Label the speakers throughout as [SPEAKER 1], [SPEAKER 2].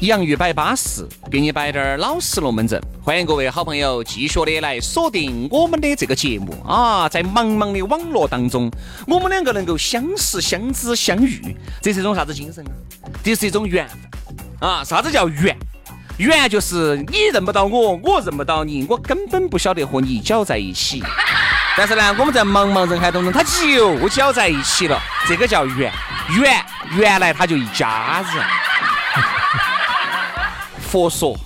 [SPEAKER 1] 洋芋摆巴适，给你摆点儿老实龙门阵。欢迎各位好朋友继续的来锁定我们的这个节目啊！在茫茫的网络当中，我们两个能够相识、相知、相遇，这是一种啥子精神啊？这是一种缘分啊！啥子叫缘？缘就是你认不到我，我认不到你，我根本不晓得和你搅在一起。但是呢，我们在茫茫人海当中，他就搅在一起了，这个叫缘。缘原来他就一家人。佛说，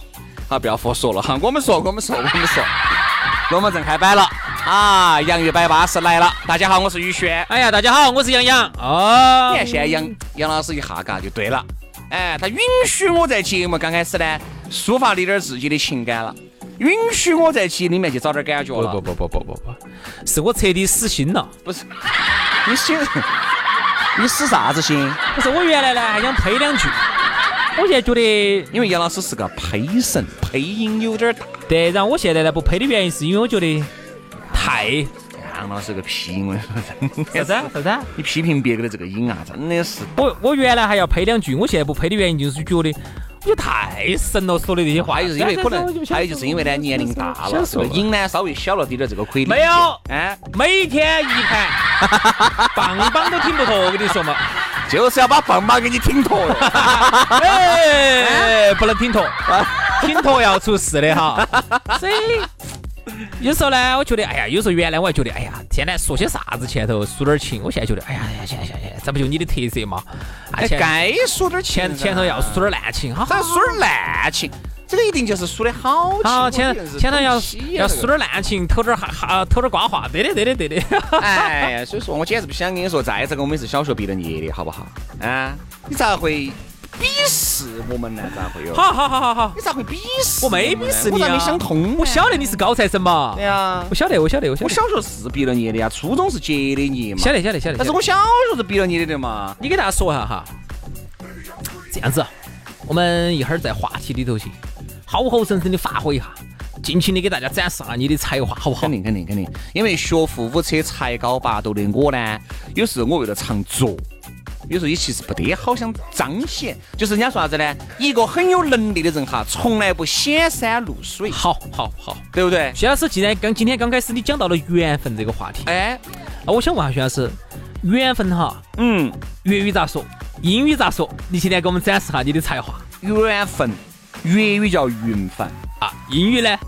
[SPEAKER 1] 啊，不要佛说了 哈，我们说，我们说，我们说，龙门阵开摆了啊，洋芋摆巴士来了，大家好，我是宇轩。
[SPEAKER 2] 哎呀，大家好，我是杨洋。哦
[SPEAKER 1] 你，看现在杨杨老师一下嘎就对了，哎，他允许我在节目刚开始呢抒发了一点自己的情感了，允许我在节里面去找点感觉
[SPEAKER 2] 不
[SPEAKER 1] 了。
[SPEAKER 2] 不不不不不不，是我彻底死心了。
[SPEAKER 1] 不是，你写， 你使啥子心？
[SPEAKER 2] 不是我原来呢还想呸两句，我现在觉得，
[SPEAKER 1] 因为杨老师是个胚神，配音有点大。
[SPEAKER 2] 对，然后我现在呢不呸的原因是因为我觉得太
[SPEAKER 1] 杨老师个屁，我跟你说
[SPEAKER 2] 啥
[SPEAKER 1] 真
[SPEAKER 2] 子
[SPEAKER 1] 的
[SPEAKER 2] 啊
[SPEAKER 1] 是
[SPEAKER 2] 啥子啊。
[SPEAKER 1] 你批评别个的这个音啊，真的是
[SPEAKER 2] 我我原来还要呸两句，我现在不呸的原因就是觉得，我觉得太神了，说的这些话
[SPEAKER 1] 还有就是因为可能，
[SPEAKER 2] 哎
[SPEAKER 1] 还有就是因为呢年龄大了，这个瘾呢稍微小了滴点，这个可以理解
[SPEAKER 2] 没有
[SPEAKER 1] 哎，
[SPEAKER 2] 每天一盘， 棒棒都挺不脱，我跟你说嘛，
[SPEAKER 1] 就是要把棒棒给你挺脱了。
[SPEAKER 2] 哎，不能挺脱，挺脱要出事的哈。啊 所以有时候呢，我觉得，哎呀，有时候原来我还觉得，哎呀，天呐，说些啥子前头抒点情，我现在觉得，哎呀，哎呀，行行行，这不就你的特色嘛？哎，
[SPEAKER 1] 哎，
[SPEAKER 2] 前
[SPEAKER 1] 该说点
[SPEAKER 2] 前
[SPEAKER 1] 钱，
[SPEAKER 2] 前头要抒点烂情，好好
[SPEAKER 1] 咱说点烂情，这个一定就是说的好情。
[SPEAKER 2] 好，
[SPEAKER 1] 我
[SPEAKER 2] 前
[SPEAKER 1] 这个人是
[SPEAKER 2] 前头要
[SPEAKER 1] 懂西呀
[SPEAKER 2] 要
[SPEAKER 1] 这个
[SPEAKER 2] 输点烂情，偷点哈哈，偷点瓜话，对的对的对 的。
[SPEAKER 1] 哎呀，所以说我简直不想跟你说，再这个我们也是小学毕了业的，好不好？啊，你咋会鄙视我们呢？咋会有？
[SPEAKER 2] 好好好好好，
[SPEAKER 1] 你咋会鄙视
[SPEAKER 2] 我
[SPEAKER 1] 我们呢？
[SPEAKER 2] 没鄙视你
[SPEAKER 1] 我
[SPEAKER 2] 啊，
[SPEAKER 1] 咋没想通呢？
[SPEAKER 2] 我晓得你是高材生嘛
[SPEAKER 1] 对，呀
[SPEAKER 2] 啊我，晓得我晓得我晓
[SPEAKER 1] 我
[SPEAKER 2] 得
[SPEAKER 1] 小学是毕了业的呀，初中是结的业嘛。
[SPEAKER 2] 晓得晓得晓得。
[SPEAKER 1] 但是我小学是毕了你的的嘛，
[SPEAKER 2] 你给大家说一下哈，这样子，我们一会儿在话题里头去，好好生生的发挥一下，尽情的给大家展示下你的才华，好不好
[SPEAKER 1] 肯？定肯定肯定，因为学富五车、才高八斗的我呢，有时候我为了常做，有时候也其实不得好想彰显，就是人家说啥子呢？一个很有能力的人哈，从来不显山露水，
[SPEAKER 2] 好，好，好。
[SPEAKER 1] 对不对？
[SPEAKER 2] 薛老师，既然刚今天刚开始你讲到了缘分这个话题，啊
[SPEAKER 1] 哎，
[SPEAKER 2] 那我想问下薛老师，缘分哈，
[SPEAKER 1] 嗯，
[SPEAKER 2] 粤语咋说？英语咋说？你现在给我们展示下你的才华
[SPEAKER 1] 缘分，粤语叫缘分，
[SPEAKER 2] 啊！英语呢？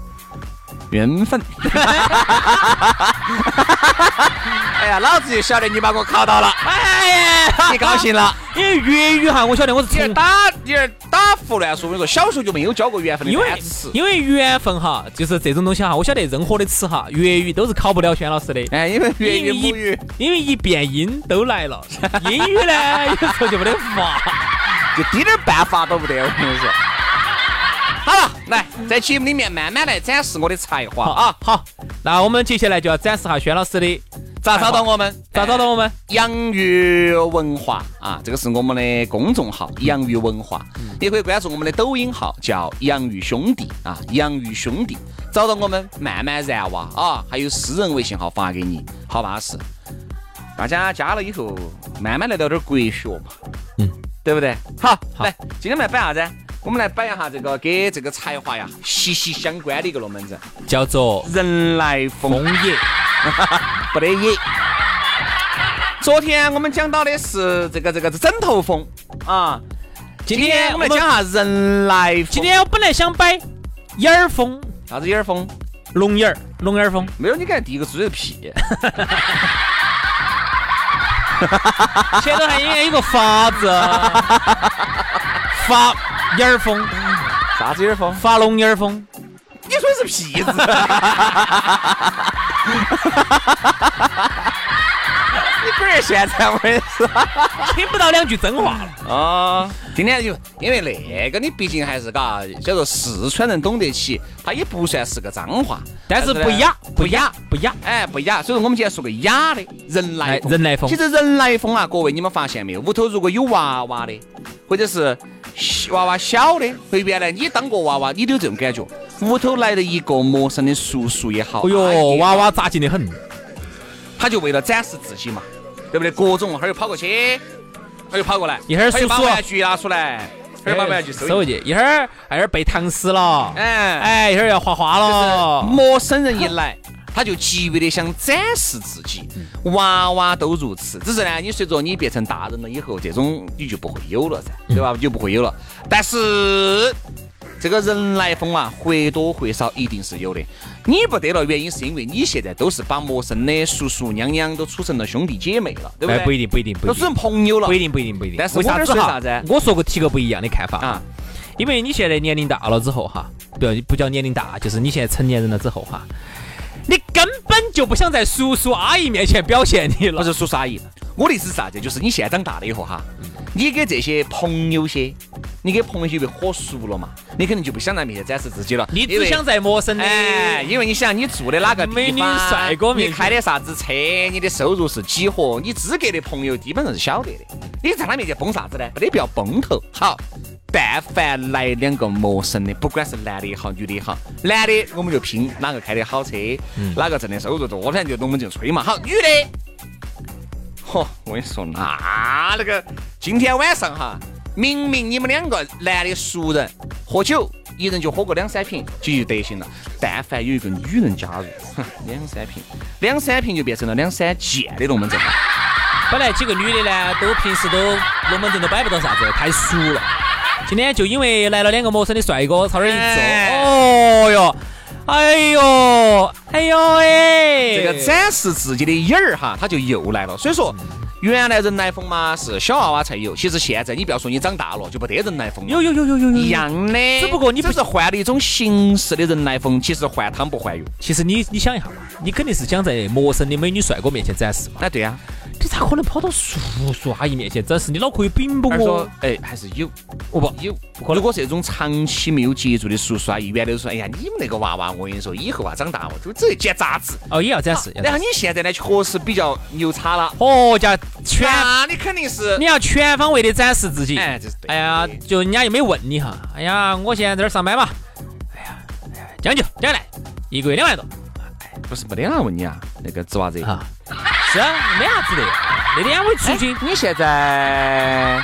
[SPEAKER 1] 缘分。 哎呀，老子就晓得你把我考到了，
[SPEAKER 2] 哎呀，
[SPEAKER 1] 你高兴了。
[SPEAKER 2] 因为粤语哈，我晓得我是
[SPEAKER 1] 你这
[SPEAKER 2] 从
[SPEAKER 1] 打你这打胡乱说，我跟你说，小时候就没有教过缘分的
[SPEAKER 2] 因为
[SPEAKER 1] 单词。
[SPEAKER 2] 因为缘分哈，就是这种东西哈，我晓得任何的词哈，粤语都是考不了轩老师的。
[SPEAKER 1] 哎，因为粤语
[SPEAKER 2] 因
[SPEAKER 1] 母
[SPEAKER 2] 为
[SPEAKER 1] 语
[SPEAKER 2] 一因为一变音都来了，英语呢有时候就没得 法。
[SPEAKER 1] 就滴点儿办法都不得，我跟你说。好了，来在节目里面慢慢来展示我的才华啊！
[SPEAKER 2] 好，那我们接下来就要展示下轩老师的
[SPEAKER 1] 咋找到我们？
[SPEAKER 2] 咋找到我们？
[SPEAKER 1] 洋芋文化啊，这个是我们的公众号“洋芋文化”，也可以关注我们的抖音号叫“洋芋兄弟”啊，“洋芋兄弟”，找到我们慢慢燃哇啊，还有私人微信号发给你，好巴适。大家加了以后，慢慢来聊点国学嘛，
[SPEAKER 2] 嗯，
[SPEAKER 1] 对不对？好，
[SPEAKER 2] 好
[SPEAKER 1] 来，今天我们来摆啥子？我们来摆一下这个跟这个才华呀息息相关的一个龙门阵，
[SPEAKER 2] 叫做
[SPEAKER 1] 人来疯
[SPEAKER 2] 枫叶，
[SPEAKER 1] 不得也。昨天我们讲到的是这个这个这枕头风啊，
[SPEAKER 2] 今天
[SPEAKER 1] 我
[SPEAKER 2] 我
[SPEAKER 1] 们
[SPEAKER 2] 们
[SPEAKER 1] 来讲下人来疯。
[SPEAKER 2] 今天我本来想摆眼儿风，
[SPEAKER 1] 啥子眼儿风？
[SPEAKER 2] 龙眼儿，龙眼儿风，
[SPEAKER 1] 没有，你看第一个字就是屁，
[SPEAKER 2] 前头还应该有个法字，发眼儿风，
[SPEAKER 1] 啥子眼儿风？
[SPEAKER 2] 发龙眼儿风，
[SPEAKER 1] 你说的是屁字？ 你龟儿现在我也是
[SPEAKER 2] 听不到两句真话了。
[SPEAKER 1] 啊！今天就因为那个，你毕竟还是嘎，叫做四川人懂得起，它也不算是个脏话，
[SPEAKER 2] 但是
[SPEAKER 1] 呢
[SPEAKER 2] 不雅，不雅，不雅。
[SPEAKER 1] 哎，不雅，所以说我们今天说个雅的，人来疯
[SPEAKER 2] 哎人来疯
[SPEAKER 1] 其实人来疯啊，各位你们发现没有？屋头如果有娃娃的，或者是小娃娃小的，或者原来你当过娃娃，你都有这种感觉。屋头来了一个陌生的叔叔也好，
[SPEAKER 2] 哦
[SPEAKER 1] 阿姨
[SPEAKER 2] 哟，
[SPEAKER 1] 也好
[SPEAKER 2] 娃娃扎劲的很。
[SPEAKER 1] 他就为了展示自己嘛，对不对？各种，他又跑过去，他又跑过来，
[SPEAKER 2] 一会儿
[SPEAKER 1] 他又把
[SPEAKER 2] 叔叔
[SPEAKER 1] 玩具拿出来，他又把玩具收
[SPEAKER 2] 收
[SPEAKER 1] 进去。
[SPEAKER 2] 回去，一会儿还有背唐诗了，
[SPEAKER 1] 哎
[SPEAKER 2] 哎，一会儿要画画了，
[SPEAKER 1] 陌生人一来，他就急于的想展示自己。
[SPEAKER 2] 嗯
[SPEAKER 1] 娃娃都如此，只是呢，你随着你变成大人了以后，这种你就不会有了噻，
[SPEAKER 2] 嗯
[SPEAKER 1] 对吧？就不会有了。但是这个人来疯啊，或多或少一定是有的。你不得了，原因是因为你现在都是把陌生的叔叔娘娘都处成了兄弟姐妹了，对不
[SPEAKER 2] 哎，
[SPEAKER 1] 对？
[SPEAKER 2] 不一定，不一定，不
[SPEAKER 1] 都
[SPEAKER 2] 一
[SPEAKER 1] 处
[SPEAKER 2] 定
[SPEAKER 1] 成，朋友了
[SPEAKER 2] 不一。定，不一定，不一定。
[SPEAKER 1] 但是
[SPEAKER 2] 为
[SPEAKER 1] 我
[SPEAKER 2] 啥
[SPEAKER 1] 这儿
[SPEAKER 2] 子
[SPEAKER 1] 说
[SPEAKER 2] 哈
[SPEAKER 1] 啥子？
[SPEAKER 2] 我说个提个不一样的看法
[SPEAKER 1] 啊，
[SPEAKER 2] 因为你现在年龄大了之后哈，不要不叫年龄大，就是你现在成年人了之后哈，你根本就不想在叔叔阿姨面前表现你
[SPEAKER 1] 不
[SPEAKER 2] 了。
[SPEAKER 1] 是叔叔阿姨，啊我的意思是啥子？就是你现在长大了以后哈，你给这些朋友些，你给朋友些被火熟了嘛，你肯定就不想在面前展示自己了。
[SPEAKER 2] 你
[SPEAKER 1] 因
[SPEAKER 2] 只
[SPEAKER 1] 为
[SPEAKER 2] 想在陌生的，
[SPEAKER 1] 哎，因为你想你住的哪个地方，
[SPEAKER 2] 美女帅哥面前
[SPEAKER 1] 你开的啥子车，你的收入是几何，你资格的朋友基本上是晓得的。你在他面前崩啥子呢？没得必要崩头。好，但凡来两个陌生的，不管是男的也好，女的也好，男的我们就拼哪个开的好车，
[SPEAKER 2] 嗯
[SPEAKER 1] 哪个挣的收入多，反正就我们就吹嘛。好，女的。嚯，我跟你说， 啊那那个今天晚上哈，明明你们两个男的熟人喝酒，一人就喝个两三瓶，就就得行了。但凡有一个女人加入， 哼，两三瓶，两三瓶就变成了两三件的龙门阵了。
[SPEAKER 2] 本来几个女的呢，都平时都龙门阵都摆不到啥子，太熟了。今天就因为来了两个陌生的帅哥，朝这儿一
[SPEAKER 1] 哎
[SPEAKER 2] 坐，哦哟，哎呦，哎呦哎，
[SPEAKER 1] 这个展示自己的眼儿哈，他就又来了。所以说，原来人来疯嘛是小娃娃才有，其实现在你不要说你长大了就不得人来疯了。
[SPEAKER 2] 有有有有有有
[SPEAKER 1] 一，样的，
[SPEAKER 2] 只不过你不
[SPEAKER 1] 只是换了一种形式的人来疯，其实换汤不换药。
[SPEAKER 2] 其实你你想一下嘛，你肯定是想在陌生的美女帅哥面前展示嘛，
[SPEAKER 1] 哎，对呀、
[SPEAKER 2] 你咋可能跑到叔叔阿姨面前展示？你脑壳有病不
[SPEAKER 1] 二
[SPEAKER 2] 哦
[SPEAKER 1] 说？，哎，还是有，
[SPEAKER 2] 哦不，
[SPEAKER 1] 有。如果是那种长期没有接触的叔叔阿姨，原来就说，哎呀，你们那个娃娃，我跟你说，以后啊长大哦，就只会捡杂志。
[SPEAKER 2] 哦也要展示，要
[SPEAKER 1] 然
[SPEAKER 2] 展
[SPEAKER 1] 后
[SPEAKER 2] 示
[SPEAKER 1] 你现在呢，确实比较牛叉了，
[SPEAKER 2] 哦叫全，
[SPEAKER 1] 那你肯定是
[SPEAKER 2] 你，要全方位的展示自己。
[SPEAKER 1] 哎，这是对的。
[SPEAKER 2] 哎呀，就人家又没问你哈。哎呀，我现在在这儿上班嘛。哎呀，哎呀将就将来，一个月两万多
[SPEAKER 1] 不是没得人问你啊，那个纸娃子。 哎
[SPEAKER 2] 啊。是啊，没啥子的。那天我出去，
[SPEAKER 1] 你现在，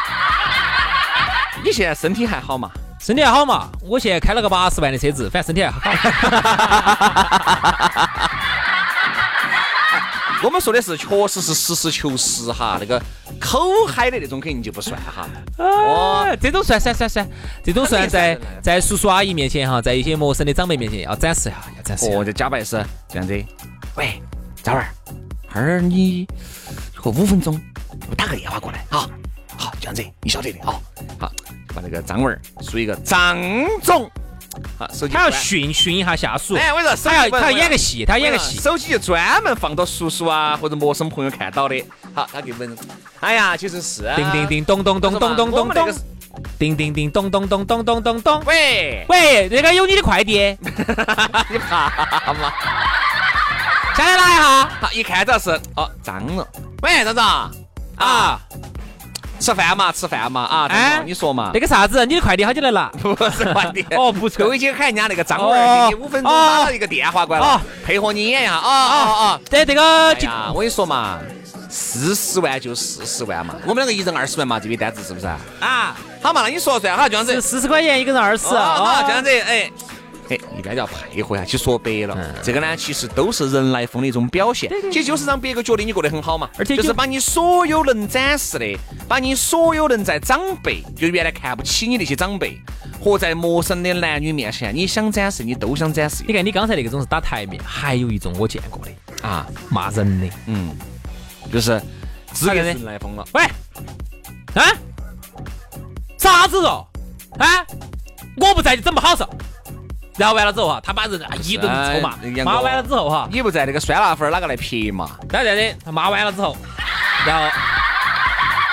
[SPEAKER 1] 你现在身体还好嘛？
[SPEAKER 2] 身体还好嘛？我现在开了个八十万的车子，反正身体还
[SPEAKER 1] 哎
[SPEAKER 2] 好。
[SPEAKER 1] 我们说的是确实是实事求是哈，那个口嗨的那种肯定就不算哈。
[SPEAKER 2] 哦，这种算算算算，这种算 在
[SPEAKER 1] 肯定算
[SPEAKER 2] 在叔叔阿姨面前哈，在一些陌生的长辈面前要展示一下，要展示一下
[SPEAKER 1] 哦，。这假白是这样子。喂，赵儿，哈儿你有个五分钟，给我打个电话过来啊。好，这样子，你晓得的啊。好，就把那个张文儿属于一个张总，好，手机
[SPEAKER 2] 他要
[SPEAKER 1] 转
[SPEAKER 2] 训训一下下属，
[SPEAKER 1] 哎，我跟你说，手
[SPEAKER 2] 他要
[SPEAKER 1] 机不能
[SPEAKER 2] 他要
[SPEAKER 1] 我
[SPEAKER 2] 演个戏，他要演个戏。
[SPEAKER 1] 手机就专门放到叔叔啊或者陌生朋友看到的。好，他给问，哎呀，其实是啊
[SPEAKER 2] 叮叮，叮，咚咚咚咚咚
[SPEAKER 1] 我
[SPEAKER 2] 咚
[SPEAKER 1] 们那
[SPEAKER 2] 咚
[SPEAKER 1] 个是，
[SPEAKER 2] 叮叮叮，咚咚咚咚咚咚咚。
[SPEAKER 1] 喂，
[SPEAKER 2] 喂，那个有你的快 递，
[SPEAKER 1] 你怕吗？
[SPEAKER 2] 下来拿一下。
[SPEAKER 1] 好，一看到是哦，张了。喂，张总啊，
[SPEAKER 2] 啊，
[SPEAKER 1] 吃饭嘛，吃饭嘛啊，张
[SPEAKER 2] 哎
[SPEAKER 1] 总，你说嘛
[SPEAKER 2] 那？个啥子，你的快递好久来拿？
[SPEAKER 1] 不是快点哦
[SPEAKER 2] 哦不是
[SPEAKER 1] 都已经喊人家那个张文儿给你五分钟打了一个电话过来了
[SPEAKER 2] 哦，
[SPEAKER 1] 配合你演一下啊啊啊！
[SPEAKER 2] 对，这个
[SPEAKER 1] 哎呀，我跟你说嘛，四十万就四十万 嘛，我们两个一人二十万嘛，这笔单子是不是？
[SPEAKER 2] 啊，
[SPEAKER 1] 好嘛，那你说算哈，就这样
[SPEAKER 2] 是
[SPEAKER 1] 子，
[SPEAKER 2] 四十块钱一个人二十
[SPEAKER 1] 啊，
[SPEAKER 2] 啊，
[SPEAKER 1] 这样子，哎。哎，一般叫配合呀。其实说白了，
[SPEAKER 2] 嗯
[SPEAKER 1] 这个呢，其实都是人来疯的一种表现，其实就是让别个觉得你过得很好嘛。
[SPEAKER 2] 而且就
[SPEAKER 1] 就是把你所有能展示的，把你所有能在长辈，就原来看不起你那些长辈，活在陌生的男女面前，你想展示，你都想展示
[SPEAKER 2] 你看你刚才那个种是打台面，还有一种我见过的
[SPEAKER 1] 啊，
[SPEAKER 2] 骂人的。
[SPEAKER 1] 嗯，就是资格
[SPEAKER 2] 他给
[SPEAKER 1] 人
[SPEAKER 2] 你
[SPEAKER 1] 来疯了。
[SPEAKER 2] 喂，啊，啥子哦？啊，我不在就整不好受。然后完了之后哈，他把人啊一顿臭骂
[SPEAKER 1] 哎杨，哥
[SPEAKER 2] 骂完了之后哈，
[SPEAKER 1] 你不在那个酸辣粉儿哪个来撇嘛？
[SPEAKER 2] 然后这样的，他骂完了之后，然后，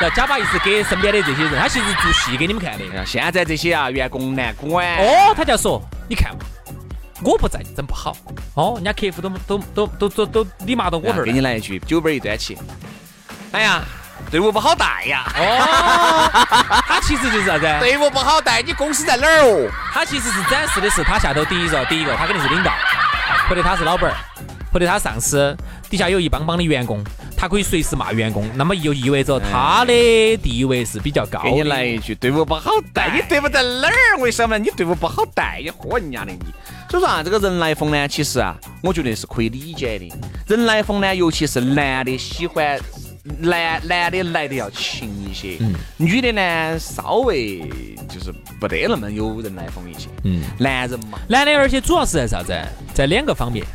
[SPEAKER 2] 然后加把意思给身边的这些人，他其实做戏给你们看的。
[SPEAKER 1] 哎呀现在这些啊，员工难管。哎
[SPEAKER 2] 哦，他就要说，你看嘛，我不在就整不好。哦，人家客户都都都都都都你骂到我
[SPEAKER 1] 然
[SPEAKER 2] 这
[SPEAKER 1] 后
[SPEAKER 2] 儿
[SPEAKER 1] 给
[SPEAKER 2] 来
[SPEAKER 1] 你。来一句，酒杯一端起。哎呀，队伍不好带呀，
[SPEAKER 2] 哦，他其实就是啥子？
[SPEAKER 1] 队伍不好带，你公司在哪儿哦？
[SPEAKER 2] 他其实是展示的是他下头第一个，第一个他肯定是领导，或者他是老板儿，或者他上司，底下有一帮帮的员工，他可以随时骂员工，那么就意味着他的地位是比较高
[SPEAKER 1] 给你
[SPEAKER 2] 的。
[SPEAKER 1] 来一句，队伍不好带，你队伍在哪儿？为什么呢？你队伍不好带，你喝人家的你。所以说啊，这个人来疯呢，其实啊，我觉得是可以理解的。人来疯呢，尤其是男的喜欢男男的来的要勤一些，
[SPEAKER 2] 嗯
[SPEAKER 1] 女的呢稍微就是不得那么有人来疯一些。
[SPEAKER 2] 嗯，
[SPEAKER 1] 男人嘛，
[SPEAKER 2] 男的，而且主要是在啥子？在两个方面，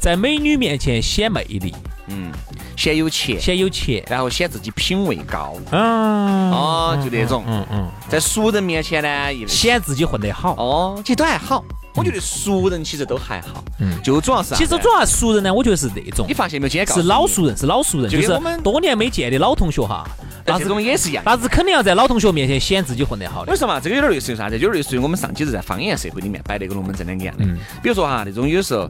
[SPEAKER 2] 在美女面前显魅力，
[SPEAKER 1] 嗯，先有钱，
[SPEAKER 2] 显有钱。
[SPEAKER 1] 然后显自己品味高。
[SPEAKER 2] 啊，
[SPEAKER 1] 哦，就那种，
[SPEAKER 2] 嗯嗯，
[SPEAKER 1] 在熟人面前呢，一
[SPEAKER 2] 显自己混得好。
[SPEAKER 1] 哦，其实都还好。我觉得熟人其实都还好，
[SPEAKER 2] 嗯
[SPEAKER 1] 就主要是啥
[SPEAKER 2] 其
[SPEAKER 1] 子
[SPEAKER 2] 实主要熟人呢，我觉得是那种
[SPEAKER 1] 你，发现没有？今天告诉
[SPEAKER 2] 是
[SPEAKER 1] 你
[SPEAKER 2] 老，熟人，是老熟人，
[SPEAKER 1] 就
[SPEAKER 2] 就
[SPEAKER 1] 跟
[SPEAKER 2] 是
[SPEAKER 1] 我们
[SPEAKER 2] 多年没见的老同学哈，那
[SPEAKER 1] 但这
[SPEAKER 2] 是
[SPEAKER 1] 种也是一样的。
[SPEAKER 2] 那是肯定要在老同学面前显自己混得好的
[SPEAKER 1] 为。什么这个有点类似于啥子？有点类似于我们上几次在方言社会里面摆那个龙门阵两个样的
[SPEAKER 2] 嗯。
[SPEAKER 1] 比如说哈，那种有时候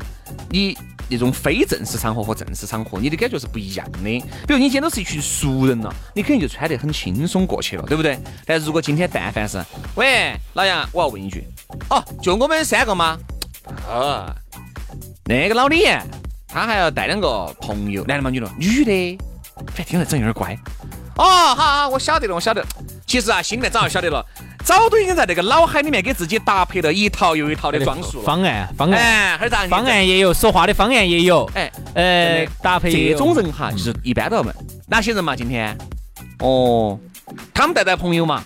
[SPEAKER 1] 你那种非正式场合和正式场合，你的感觉是不一样的。比如你今天都是一群熟人了，你肯定就穿得很轻松过去了，对不对？但如果今天但凡是，喂，老杨，我要问一句，哦，就我们三个吗？哦，那个老李，他还要带两个朋友，男的吗？女的？女的。反正听着整有点乖。哦，好好，我晓得了，我晓得了。其实啊，心里面早就晓得了，早都已经在那个脑海里面给自己搭配了一套又一套的装束了。
[SPEAKER 2] 方案，方案，
[SPEAKER 1] 哎，还是咋？
[SPEAKER 2] 方案也有，说话的方案也有，
[SPEAKER 1] 哎，
[SPEAKER 2] 呃
[SPEAKER 1] 真的，
[SPEAKER 2] 搭配也
[SPEAKER 1] 这
[SPEAKER 2] 有
[SPEAKER 1] 种人哈，就是一般都要问哪些人嘛？今天，哦，他们带带朋友嘛，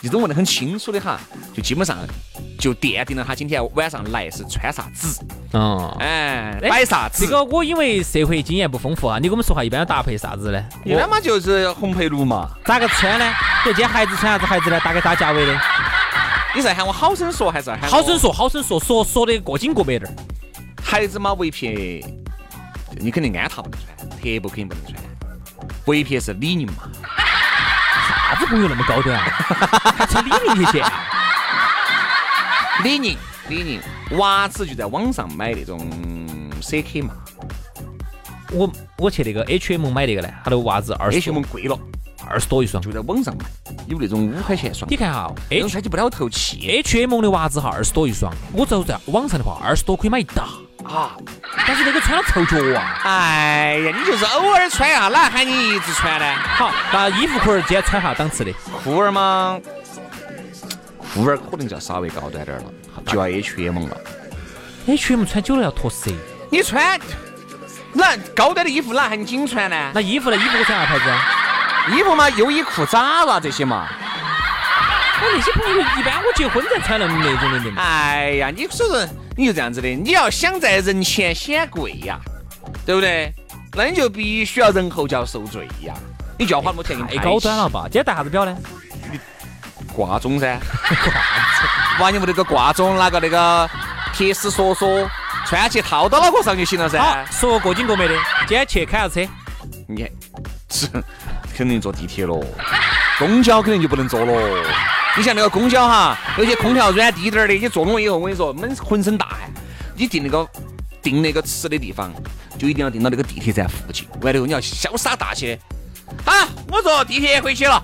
[SPEAKER 1] 这种问得很清楚的哈，就基本上就奠定了他今天晚上来是穿啥子，
[SPEAKER 2] 嗯。
[SPEAKER 1] 哎，
[SPEAKER 2] 哎
[SPEAKER 1] 摆啥子。
[SPEAKER 2] 这个我因为社会经验不丰富啊，你给我们说话一般要搭配啥子呢？
[SPEAKER 1] 一般嘛就是红配绿嘛。
[SPEAKER 2] 咋个穿呢？就今天孩子穿啥子孩子呢？搭个打夹尾的，
[SPEAKER 1] 你是喊我好生说还是喊哎我
[SPEAKER 2] 好生说，好生说，说说的过紧过白点儿。
[SPEAKER 1] 孩子嘛，围撇你肯定安踏不能穿，特步肯定不能穿。围撇是李宁嘛，
[SPEAKER 2] 啥子朋友那么高端啊？还穿李宁啊去见？
[SPEAKER 1] 李宁，李宁，娃子就在网上买那种 CK 嘛
[SPEAKER 2] 我我去那个 H&M 买那个呢，他的袜子二十
[SPEAKER 1] ，H&M 贵了，
[SPEAKER 2] 二十多一双。
[SPEAKER 1] 就在网上买，有那种五块钱一双
[SPEAKER 2] 你，看哈
[SPEAKER 1] 那种
[SPEAKER 2] ，H
[SPEAKER 1] 穿起不了透气
[SPEAKER 2] H&M 的袜子哈，二十多一双。我只要在网上的话，二十多可以买一打，
[SPEAKER 1] 啊！
[SPEAKER 2] 但是那个穿了臭脚啊。
[SPEAKER 1] 哎呀，你就是偶尔穿啊，哪喊你一直穿呢？
[SPEAKER 2] 好，那衣服裤儿今天穿啥档次的？
[SPEAKER 1] 裤儿嘛，裤儿可能就要稍微高端点儿了，就要 H&M 了。
[SPEAKER 2] H&M 穿久了要脱色。
[SPEAKER 1] 你穿那高端的衣服，哪喊你紧穿呢？
[SPEAKER 2] 那衣服呢？衣服我穿啥牌子？啊？
[SPEAKER 1] 衣服嘛，优衣库、ZARA 这些嘛。
[SPEAKER 2] 我哦那些朋友一般我结婚才穿那那种的的嘛。
[SPEAKER 1] 哎呀，你说说，你就这样子的，你要想在人前显贵呀，对不对？那你就必须要人后就要受罪呀，你就要花那么多钱给你
[SPEAKER 2] 太
[SPEAKER 1] 拍
[SPEAKER 2] 哎高端了吧？今天戴啥子表呢？
[SPEAKER 1] 挂钟 噻，哇，你们那个挂钟拿个那个铁丝索索穿起套到脑壳上就行了
[SPEAKER 2] 好
[SPEAKER 1] 噻，。
[SPEAKER 2] 说过紧过没的。今天去开啥 车？
[SPEAKER 1] 你看哎是肯定坐地铁喽，公交肯定就不能坐喽。你像那个公交哈，有些空调软滴点儿的，你坐了以后，我跟你说，闷浑身大汗。你订那个订那个吃的地方，就一定要订到那个地铁站附近。完了以后，你要潇洒大气的。啊，我坐地铁回去了，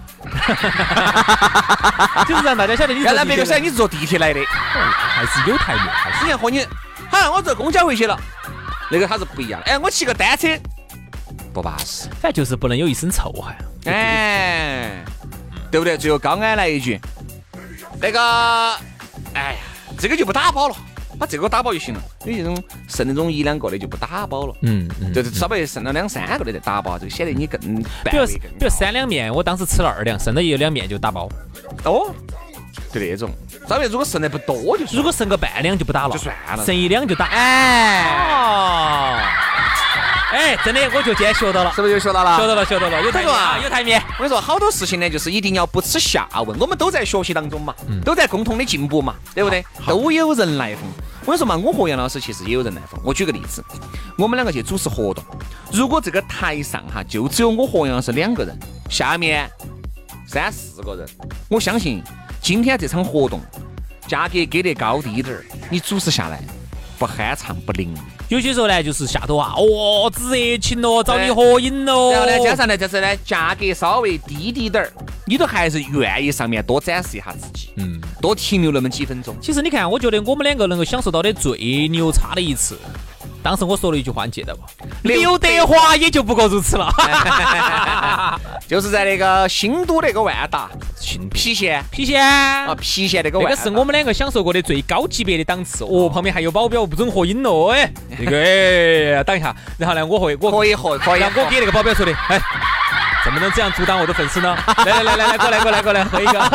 [SPEAKER 2] 就是让大家晓得你
[SPEAKER 1] 要
[SPEAKER 2] 这
[SPEAKER 1] 让别个晓得你是坐地铁来的。
[SPEAKER 2] 还是有台面，还是
[SPEAKER 1] 之前和你，好，我坐公交回去了，那个它是不一样的。哎，我骑个单车，不巴适。
[SPEAKER 2] 反正就是不能有一身臭汗。
[SPEAKER 1] 哎，对不对？最后高安来一句，那个，哎呀，这个就不打包了，把这个打包就行了。有些种剩那种一两个的就不打包了，
[SPEAKER 2] 嗯嗯。
[SPEAKER 1] 就是稍微剩了两三个的再打包，就显得你更
[SPEAKER 2] 比
[SPEAKER 1] 半
[SPEAKER 2] 如
[SPEAKER 1] 位更
[SPEAKER 2] 比如三两面，我当时吃了二两，剩了一两面就打包。
[SPEAKER 1] 哦，就那种。稍微如果剩的不多就算
[SPEAKER 2] 如果剩个半两就不打了，
[SPEAKER 1] 就算了
[SPEAKER 2] 剩一两就打。
[SPEAKER 1] 哎，
[SPEAKER 2] 哦，哎，真的，我就今天学到了，
[SPEAKER 1] 是不是就学到了？
[SPEAKER 2] 学到了，学到了，有台面啊，
[SPEAKER 1] 这个啊
[SPEAKER 2] 有台面。
[SPEAKER 1] 我跟你说，好多事情呢，就是一定要不耻下问。我们都在学习当中嘛，都在共同的进步嘛，对不对？都有人来疯。我跟你说嘛，我和杨老师其实也有人来疯。我举个例子，我们两个去主持活动，如果这个台上哈就只有我和杨老师两个人，下面三四个人，我相信今天这场活动价格给得高低点儿，你主持下来不酣畅不淋漓。
[SPEAKER 2] 有些时候呢，就是下头啊，哦，只热情咯，找你合影咯。
[SPEAKER 1] 然后呢，加上呢，就是呢，价格稍微低低点儿，你都还是愿意上面多展示一下自己，嗯，多停留那么几分钟。
[SPEAKER 2] 其实你看，我觉得我们两个能够享受到的最牛叉的一次，当时我说了一句话，你记得不？刘
[SPEAKER 1] 刘
[SPEAKER 2] 德
[SPEAKER 1] 德
[SPEAKER 2] 华也就不过如此 了。
[SPEAKER 1] 就是在那个新都那个万达郫县
[SPEAKER 2] 皮先，
[SPEAKER 1] 啊，郫县那个
[SPEAKER 2] 这
[SPEAKER 1] 万达，
[SPEAKER 2] 个是我们两个享受过的最高级别的档次。哦，旁边还有保镖，不准合影喽。哎，这个哎，等一下，然后呢，我会我
[SPEAKER 1] 可以 啊和可以
[SPEAKER 2] 然后
[SPEAKER 1] 和
[SPEAKER 2] 我给那个保镖说的，哎，怎么能这样阻挡我的粉丝呢？ 来来来来来，过来过来过来，喝一个。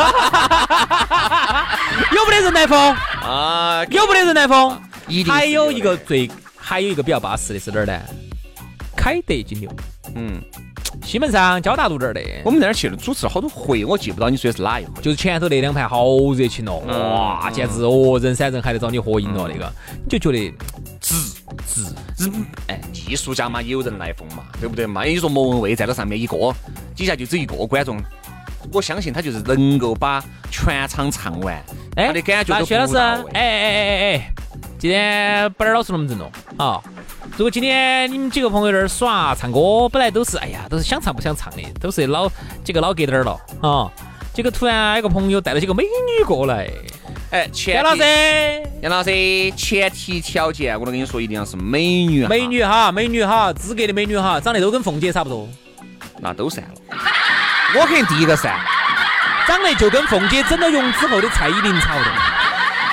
[SPEAKER 2] 有没得人来疯？
[SPEAKER 1] 啊，
[SPEAKER 2] 有没得人来疯？
[SPEAKER 1] 一定是
[SPEAKER 2] 还有一个
[SPEAKER 1] 的，
[SPEAKER 2] 最，还有一个比较巴适的是哪儿呢？凯德金牛，
[SPEAKER 1] 嗯，
[SPEAKER 2] 西门上交大路这儿的。
[SPEAKER 1] 我们在那儿去了主持了好多回，我记不到你说的是哪一回。
[SPEAKER 2] 就是前头那两排好热情哦，
[SPEAKER 1] 嗯
[SPEAKER 2] 哇，简直哦，人山人海的找你合影了，那个你就觉得值值。
[SPEAKER 1] 人哎，艺术家嘛，也有人来疯嘛，对不对嘛？你说莫文蔚站到上面一个，底下就只有一个观众，我相信他就是能够把全场唱完，他的感觉
[SPEAKER 2] 哎那
[SPEAKER 1] 都
[SPEAKER 2] 薛老
[SPEAKER 1] 不
[SPEAKER 2] 师，
[SPEAKER 1] 到
[SPEAKER 2] 哎
[SPEAKER 1] 位。
[SPEAKER 2] 哎哎哎哎，今天本儿老师能不能弄啊？如果今天你们几个朋友在这儿耍唱歌，本来都是哎呀，都是想唱不想唱的，都是老几个老疙瘩儿了啊。结果突然有个朋友带了几个美女过来，
[SPEAKER 1] 哎，前
[SPEAKER 2] 薛
[SPEAKER 1] 提
[SPEAKER 2] 老师，
[SPEAKER 1] 杨老师，前提条件啊我都跟你说，一定要是美女，啊
[SPEAKER 2] 美，女哈，美女哈，资格的美女哈，长得都跟凤姐差不多，
[SPEAKER 1] 那都散了。我肯定第一个噻，
[SPEAKER 2] 长得就跟凤姐整了容之后的蔡依林差不多。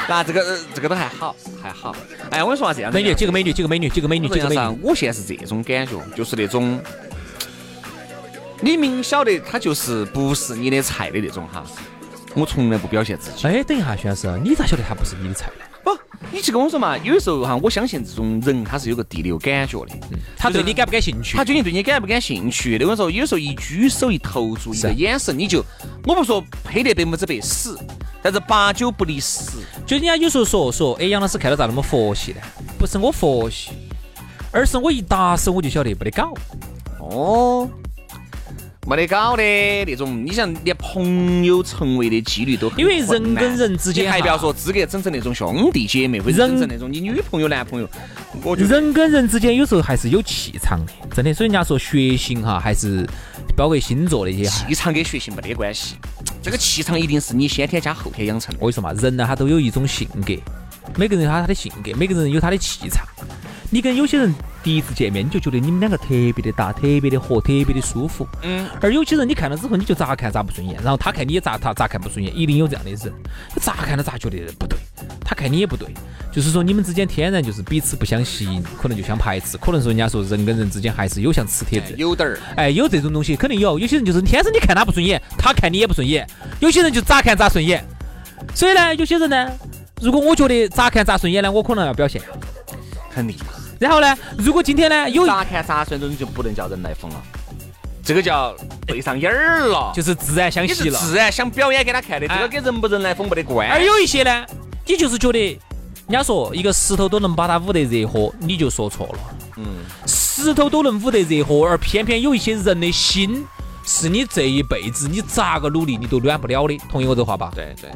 [SPEAKER 1] 那这个、呃这个都还好，还好。哎，我跟你说啊，这样子
[SPEAKER 2] 美女，几个美女，几个美女，几个美女，
[SPEAKER 1] 我
[SPEAKER 2] 几个
[SPEAKER 1] 讲
[SPEAKER 2] 美
[SPEAKER 1] 啥？
[SPEAKER 2] 女。
[SPEAKER 1] 我现在是这种感觉，就是那种，你明晓得他就是不是你的菜的那种哈。我从来不表现自己。
[SPEAKER 2] 哎，等一下，徐老师，你咋晓得她不是你的菜呢？
[SPEAKER 1] 不，你去跟我说嘛，有的时候哈，我相信这种人他是有个第六感觉的，
[SPEAKER 2] 她对你感不感兴趣
[SPEAKER 1] 他？究竟对你感不感兴趣？我跟你说，有时候一举手一投足，一
[SPEAKER 2] 是
[SPEAKER 1] 个眼神，你就，我不说配得百分之百死，但是八九不离十。
[SPEAKER 2] 就人家有时候说说，哎，杨老师看到咋那么佛系呢？不是我佛系，而是我一搭手我就晓得没得搞。
[SPEAKER 1] 哦，没得搞的那种，你想连朋友成为的几率都很
[SPEAKER 2] 因为人
[SPEAKER 1] 困难
[SPEAKER 2] 跟人之间
[SPEAKER 1] 你还
[SPEAKER 2] 哈
[SPEAKER 1] 不要说资格整成那种兄弟姐妹，或者
[SPEAKER 2] 人
[SPEAKER 1] 整成那种你女朋友男朋友，我就
[SPEAKER 2] 人跟人之间有时候还是有气场的，真的。所以人家说学星哈，还是包括星座那些哈。
[SPEAKER 1] 气场跟学习没得关系，这个气场一定是你先天加后天养成的。
[SPEAKER 2] 我跟你说嘛，人呢他都有一种性格，每个人有他的性格，每个人有他的气场。你跟有些人第一次见面，你就觉得你们两个特别的搭，特别的合，特别的舒服。
[SPEAKER 1] 嗯，
[SPEAKER 2] 而有些人你看了之后，你就咋看咋不顺眼，然后他看你也咋他咋看不顺眼，一定有这样的人，你咋看都咋觉得不对，他看你也不对，就是说你们之间天然就是彼此不相吸引，可能就相排斥，可能说人家说人跟人之间还是有像磁铁
[SPEAKER 1] 哎
[SPEAKER 2] 质。
[SPEAKER 1] 有点儿。
[SPEAKER 2] 哎，有这种东西肯定有，有些人就是天生你看他不顺眼，他看你也不顺眼，有些人就咋看咋顺眼。所以呢，有些人呢，如果我觉得咋看咋顺眼呢，我可能要表现。
[SPEAKER 1] 肯定。
[SPEAKER 2] 然后呢，如果今天呢哎有一
[SPEAKER 1] 咋看咋算，这种就不能叫人来疯了，这个叫对上眼儿了，
[SPEAKER 2] 就是自然相
[SPEAKER 1] 你
[SPEAKER 2] 吸
[SPEAKER 1] 是
[SPEAKER 2] 了，
[SPEAKER 1] 自然想表演给他看的，这
[SPEAKER 2] 哎
[SPEAKER 1] 个跟人不人来疯没得关。
[SPEAKER 2] 而有一些呢，你就是觉得人家说一个石头都能把它捂得热和，你就说错了。
[SPEAKER 1] 嗯，
[SPEAKER 2] 石头都能捂得热和，而偏偏有一些人的心。是你这一辈子你咋个努力你都暖不了的，同意我这话吧？
[SPEAKER 1] 对对。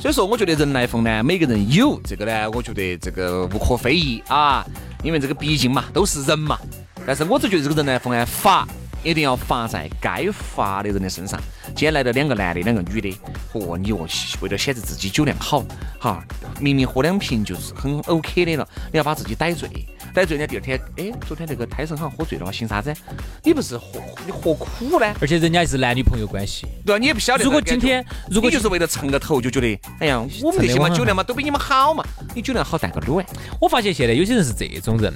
[SPEAKER 1] 所以说，我觉得人来疯呢，每个人有这个呢，我觉得这个无可非议啊，因为这个毕竟嘛都是人嘛。但是我只觉得这个人来疯呢，发一定要发在该发的人的身上。今天来了两个男的，两个女的，嚯、你哦，为了显示自己酒量好，哈，明明喝两瓶就是很 OK 的了，你要把自己逮醉。逮醉呢，第二天，哎，昨天那个胎神好像喝醉了嘛，姓啥子？你不是喝你喝苦呢？
[SPEAKER 2] 而且人家是男女朋友关系，
[SPEAKER 1] 对啊，你也不晓得。
[SPEAKER 2] 如果今天如果
[SPEAKER 1] 你就是为了蹭个头，就觉得，哎呀，我们这些嘛酒量嘛都比你们好嘛，你酒量好但个卵。
[SPEAKER 2] 我发现现在有些人是这种人，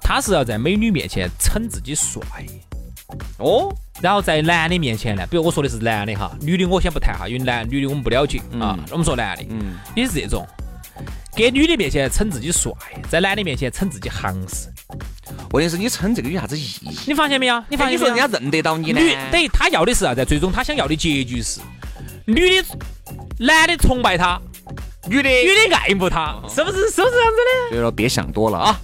[SPEAKER 2] 他是要在美女面前称自己帅，
[SPEAKER 1] 哦，
[SPEAKER 2] 然后在男的面前呢，比如我说的是男的哈，女的我先不谈哈，因为男女的我们不了解啊。我们说男的，
[SPEAKER 1] 嗯
[SPEAKER 2] 也是这种，给女的面前称自己帅，在男的面前称自己行势。
[SPEAKER 1] 问题是你称这个有啥子意义？
[SPEAKER 2] 你发现没有？你发
[SPEAKER 1] 哎
[SPEAKER 2] 现
[SPEAKER 1] 你
[SPEAKER 2] 没
[SPEAKER 1] 说
[SPEAKER 2] 有
[SPEAKER 1] 人家认得到你呢？
[SPEAKER 2] 女等于他要的是啥、子？最终他想要的结局是，女的男的崇拜他，
[SPEAKER 1] 女的，
[SPEAKER 2] 女的爱慕他，是不是？是不是这样子的？
[SPEAKER 1] 有点别想多了啊。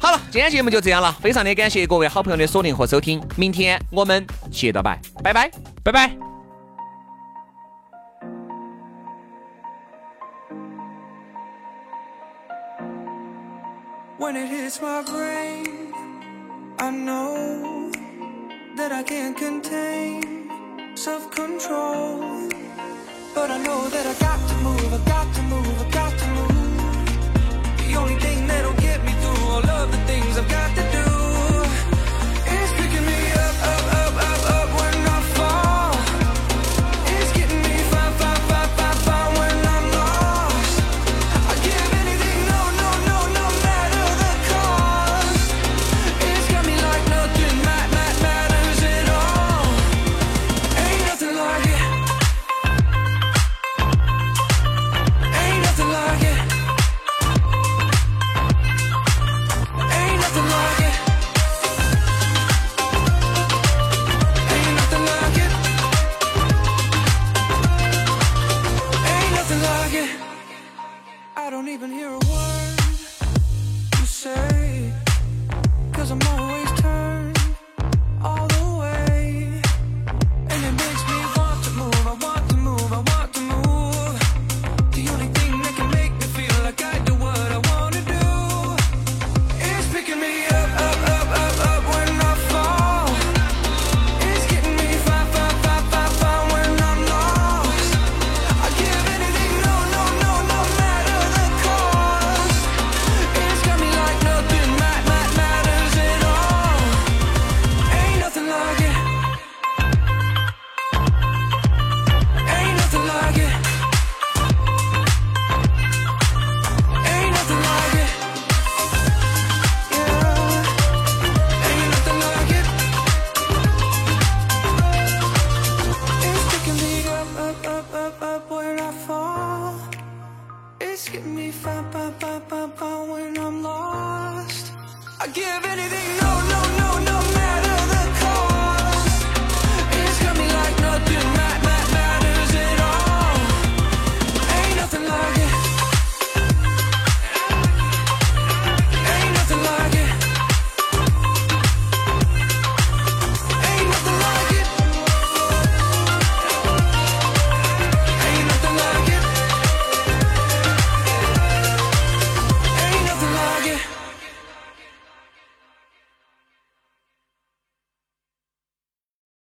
[SPEAKER 1] 好了，今天节目就这样了，非常的感谢各位好朋友的锁定和收听，明天我们接着拜，拜拜。
[SPEAKER 2] 拜拜。
[SPEAKER 3] When it hits my brain, I know that I can't contain self control. But I know that I got to move, I got to move, I got to move. The only thing that'll get me through all of the things I've got to do is picking me up, up, up, up, up when I fall. It's getting me fine, fine, fine, fine, fine when I'm lost. I give anything, no, no, no, no matter the cost. It's got me like nothing mat, mat, matters at all. Ain't nothing like it. Ain't nothing like it. Ain't nothing like it. Ain't nothing like it. Ain't nothing like it. I don't even hear a word you say. Cause I'm always turned all the way. And it makes me want to move, I want to move, I want to move. The only thing that can make me feel like I do what I wanna do is picking me up, up, up, up, up when I fall. It's getting me fine, fine, fine, fine, fine when I'm lost. I give anything, no, no, no, no matter the cost. It's got me like nothing mat, mat, matters at all. Ain't nothing like it. Ain't nothing like it. Ain't nothing like it. Yeah. Ain't nothing like it. It's picking me up, up, up, up, up where I fall. It's getting me fine, fine, fine, fine, fine when I'm lost. I give anything, no, no,